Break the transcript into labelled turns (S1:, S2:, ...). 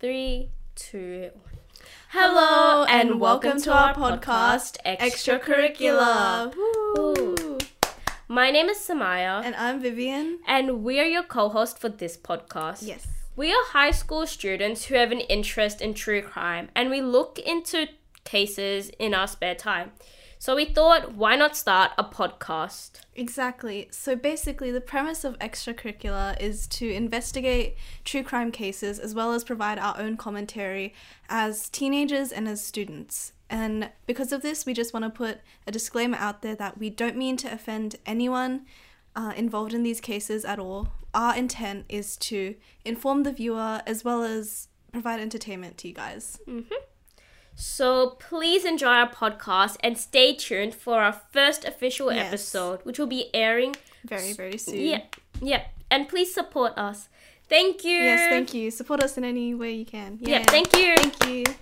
S1: Three, two, one.
S2: Hello and welcome to our podcast, Extracurricular.
S1: Woo. My name is Samaya,
S2: And I'm Vivian.
S1: and we're your co host for this podcast.
S2: Yes.
S1: We are high school students who have an interest in true crime, and we look into cases in our spare time. So we thought, why not start a podcast?
S2: Exactly. So basically, the premise of extracurricular is to investigate true crime cases as well as provide our own commentary as teenagers and as students. And because of this, we just want to put a disclaimer out there that we don't mean to offend anyone uh, involved in these cases at all. Our intent is to inform the viewer as well as provide entertainment to you guys.
S1: So please enjoy our podcast and stay tuned for our first official
S2: Yes.
S1: episode, which will be airing
S2: Very, very soon.
S1: Yeah, yeah. And please support us. Thank you.
S2: Yes, thank you. Support us in any way you can.
S1: Yeah, thank you.
S2: Thank you.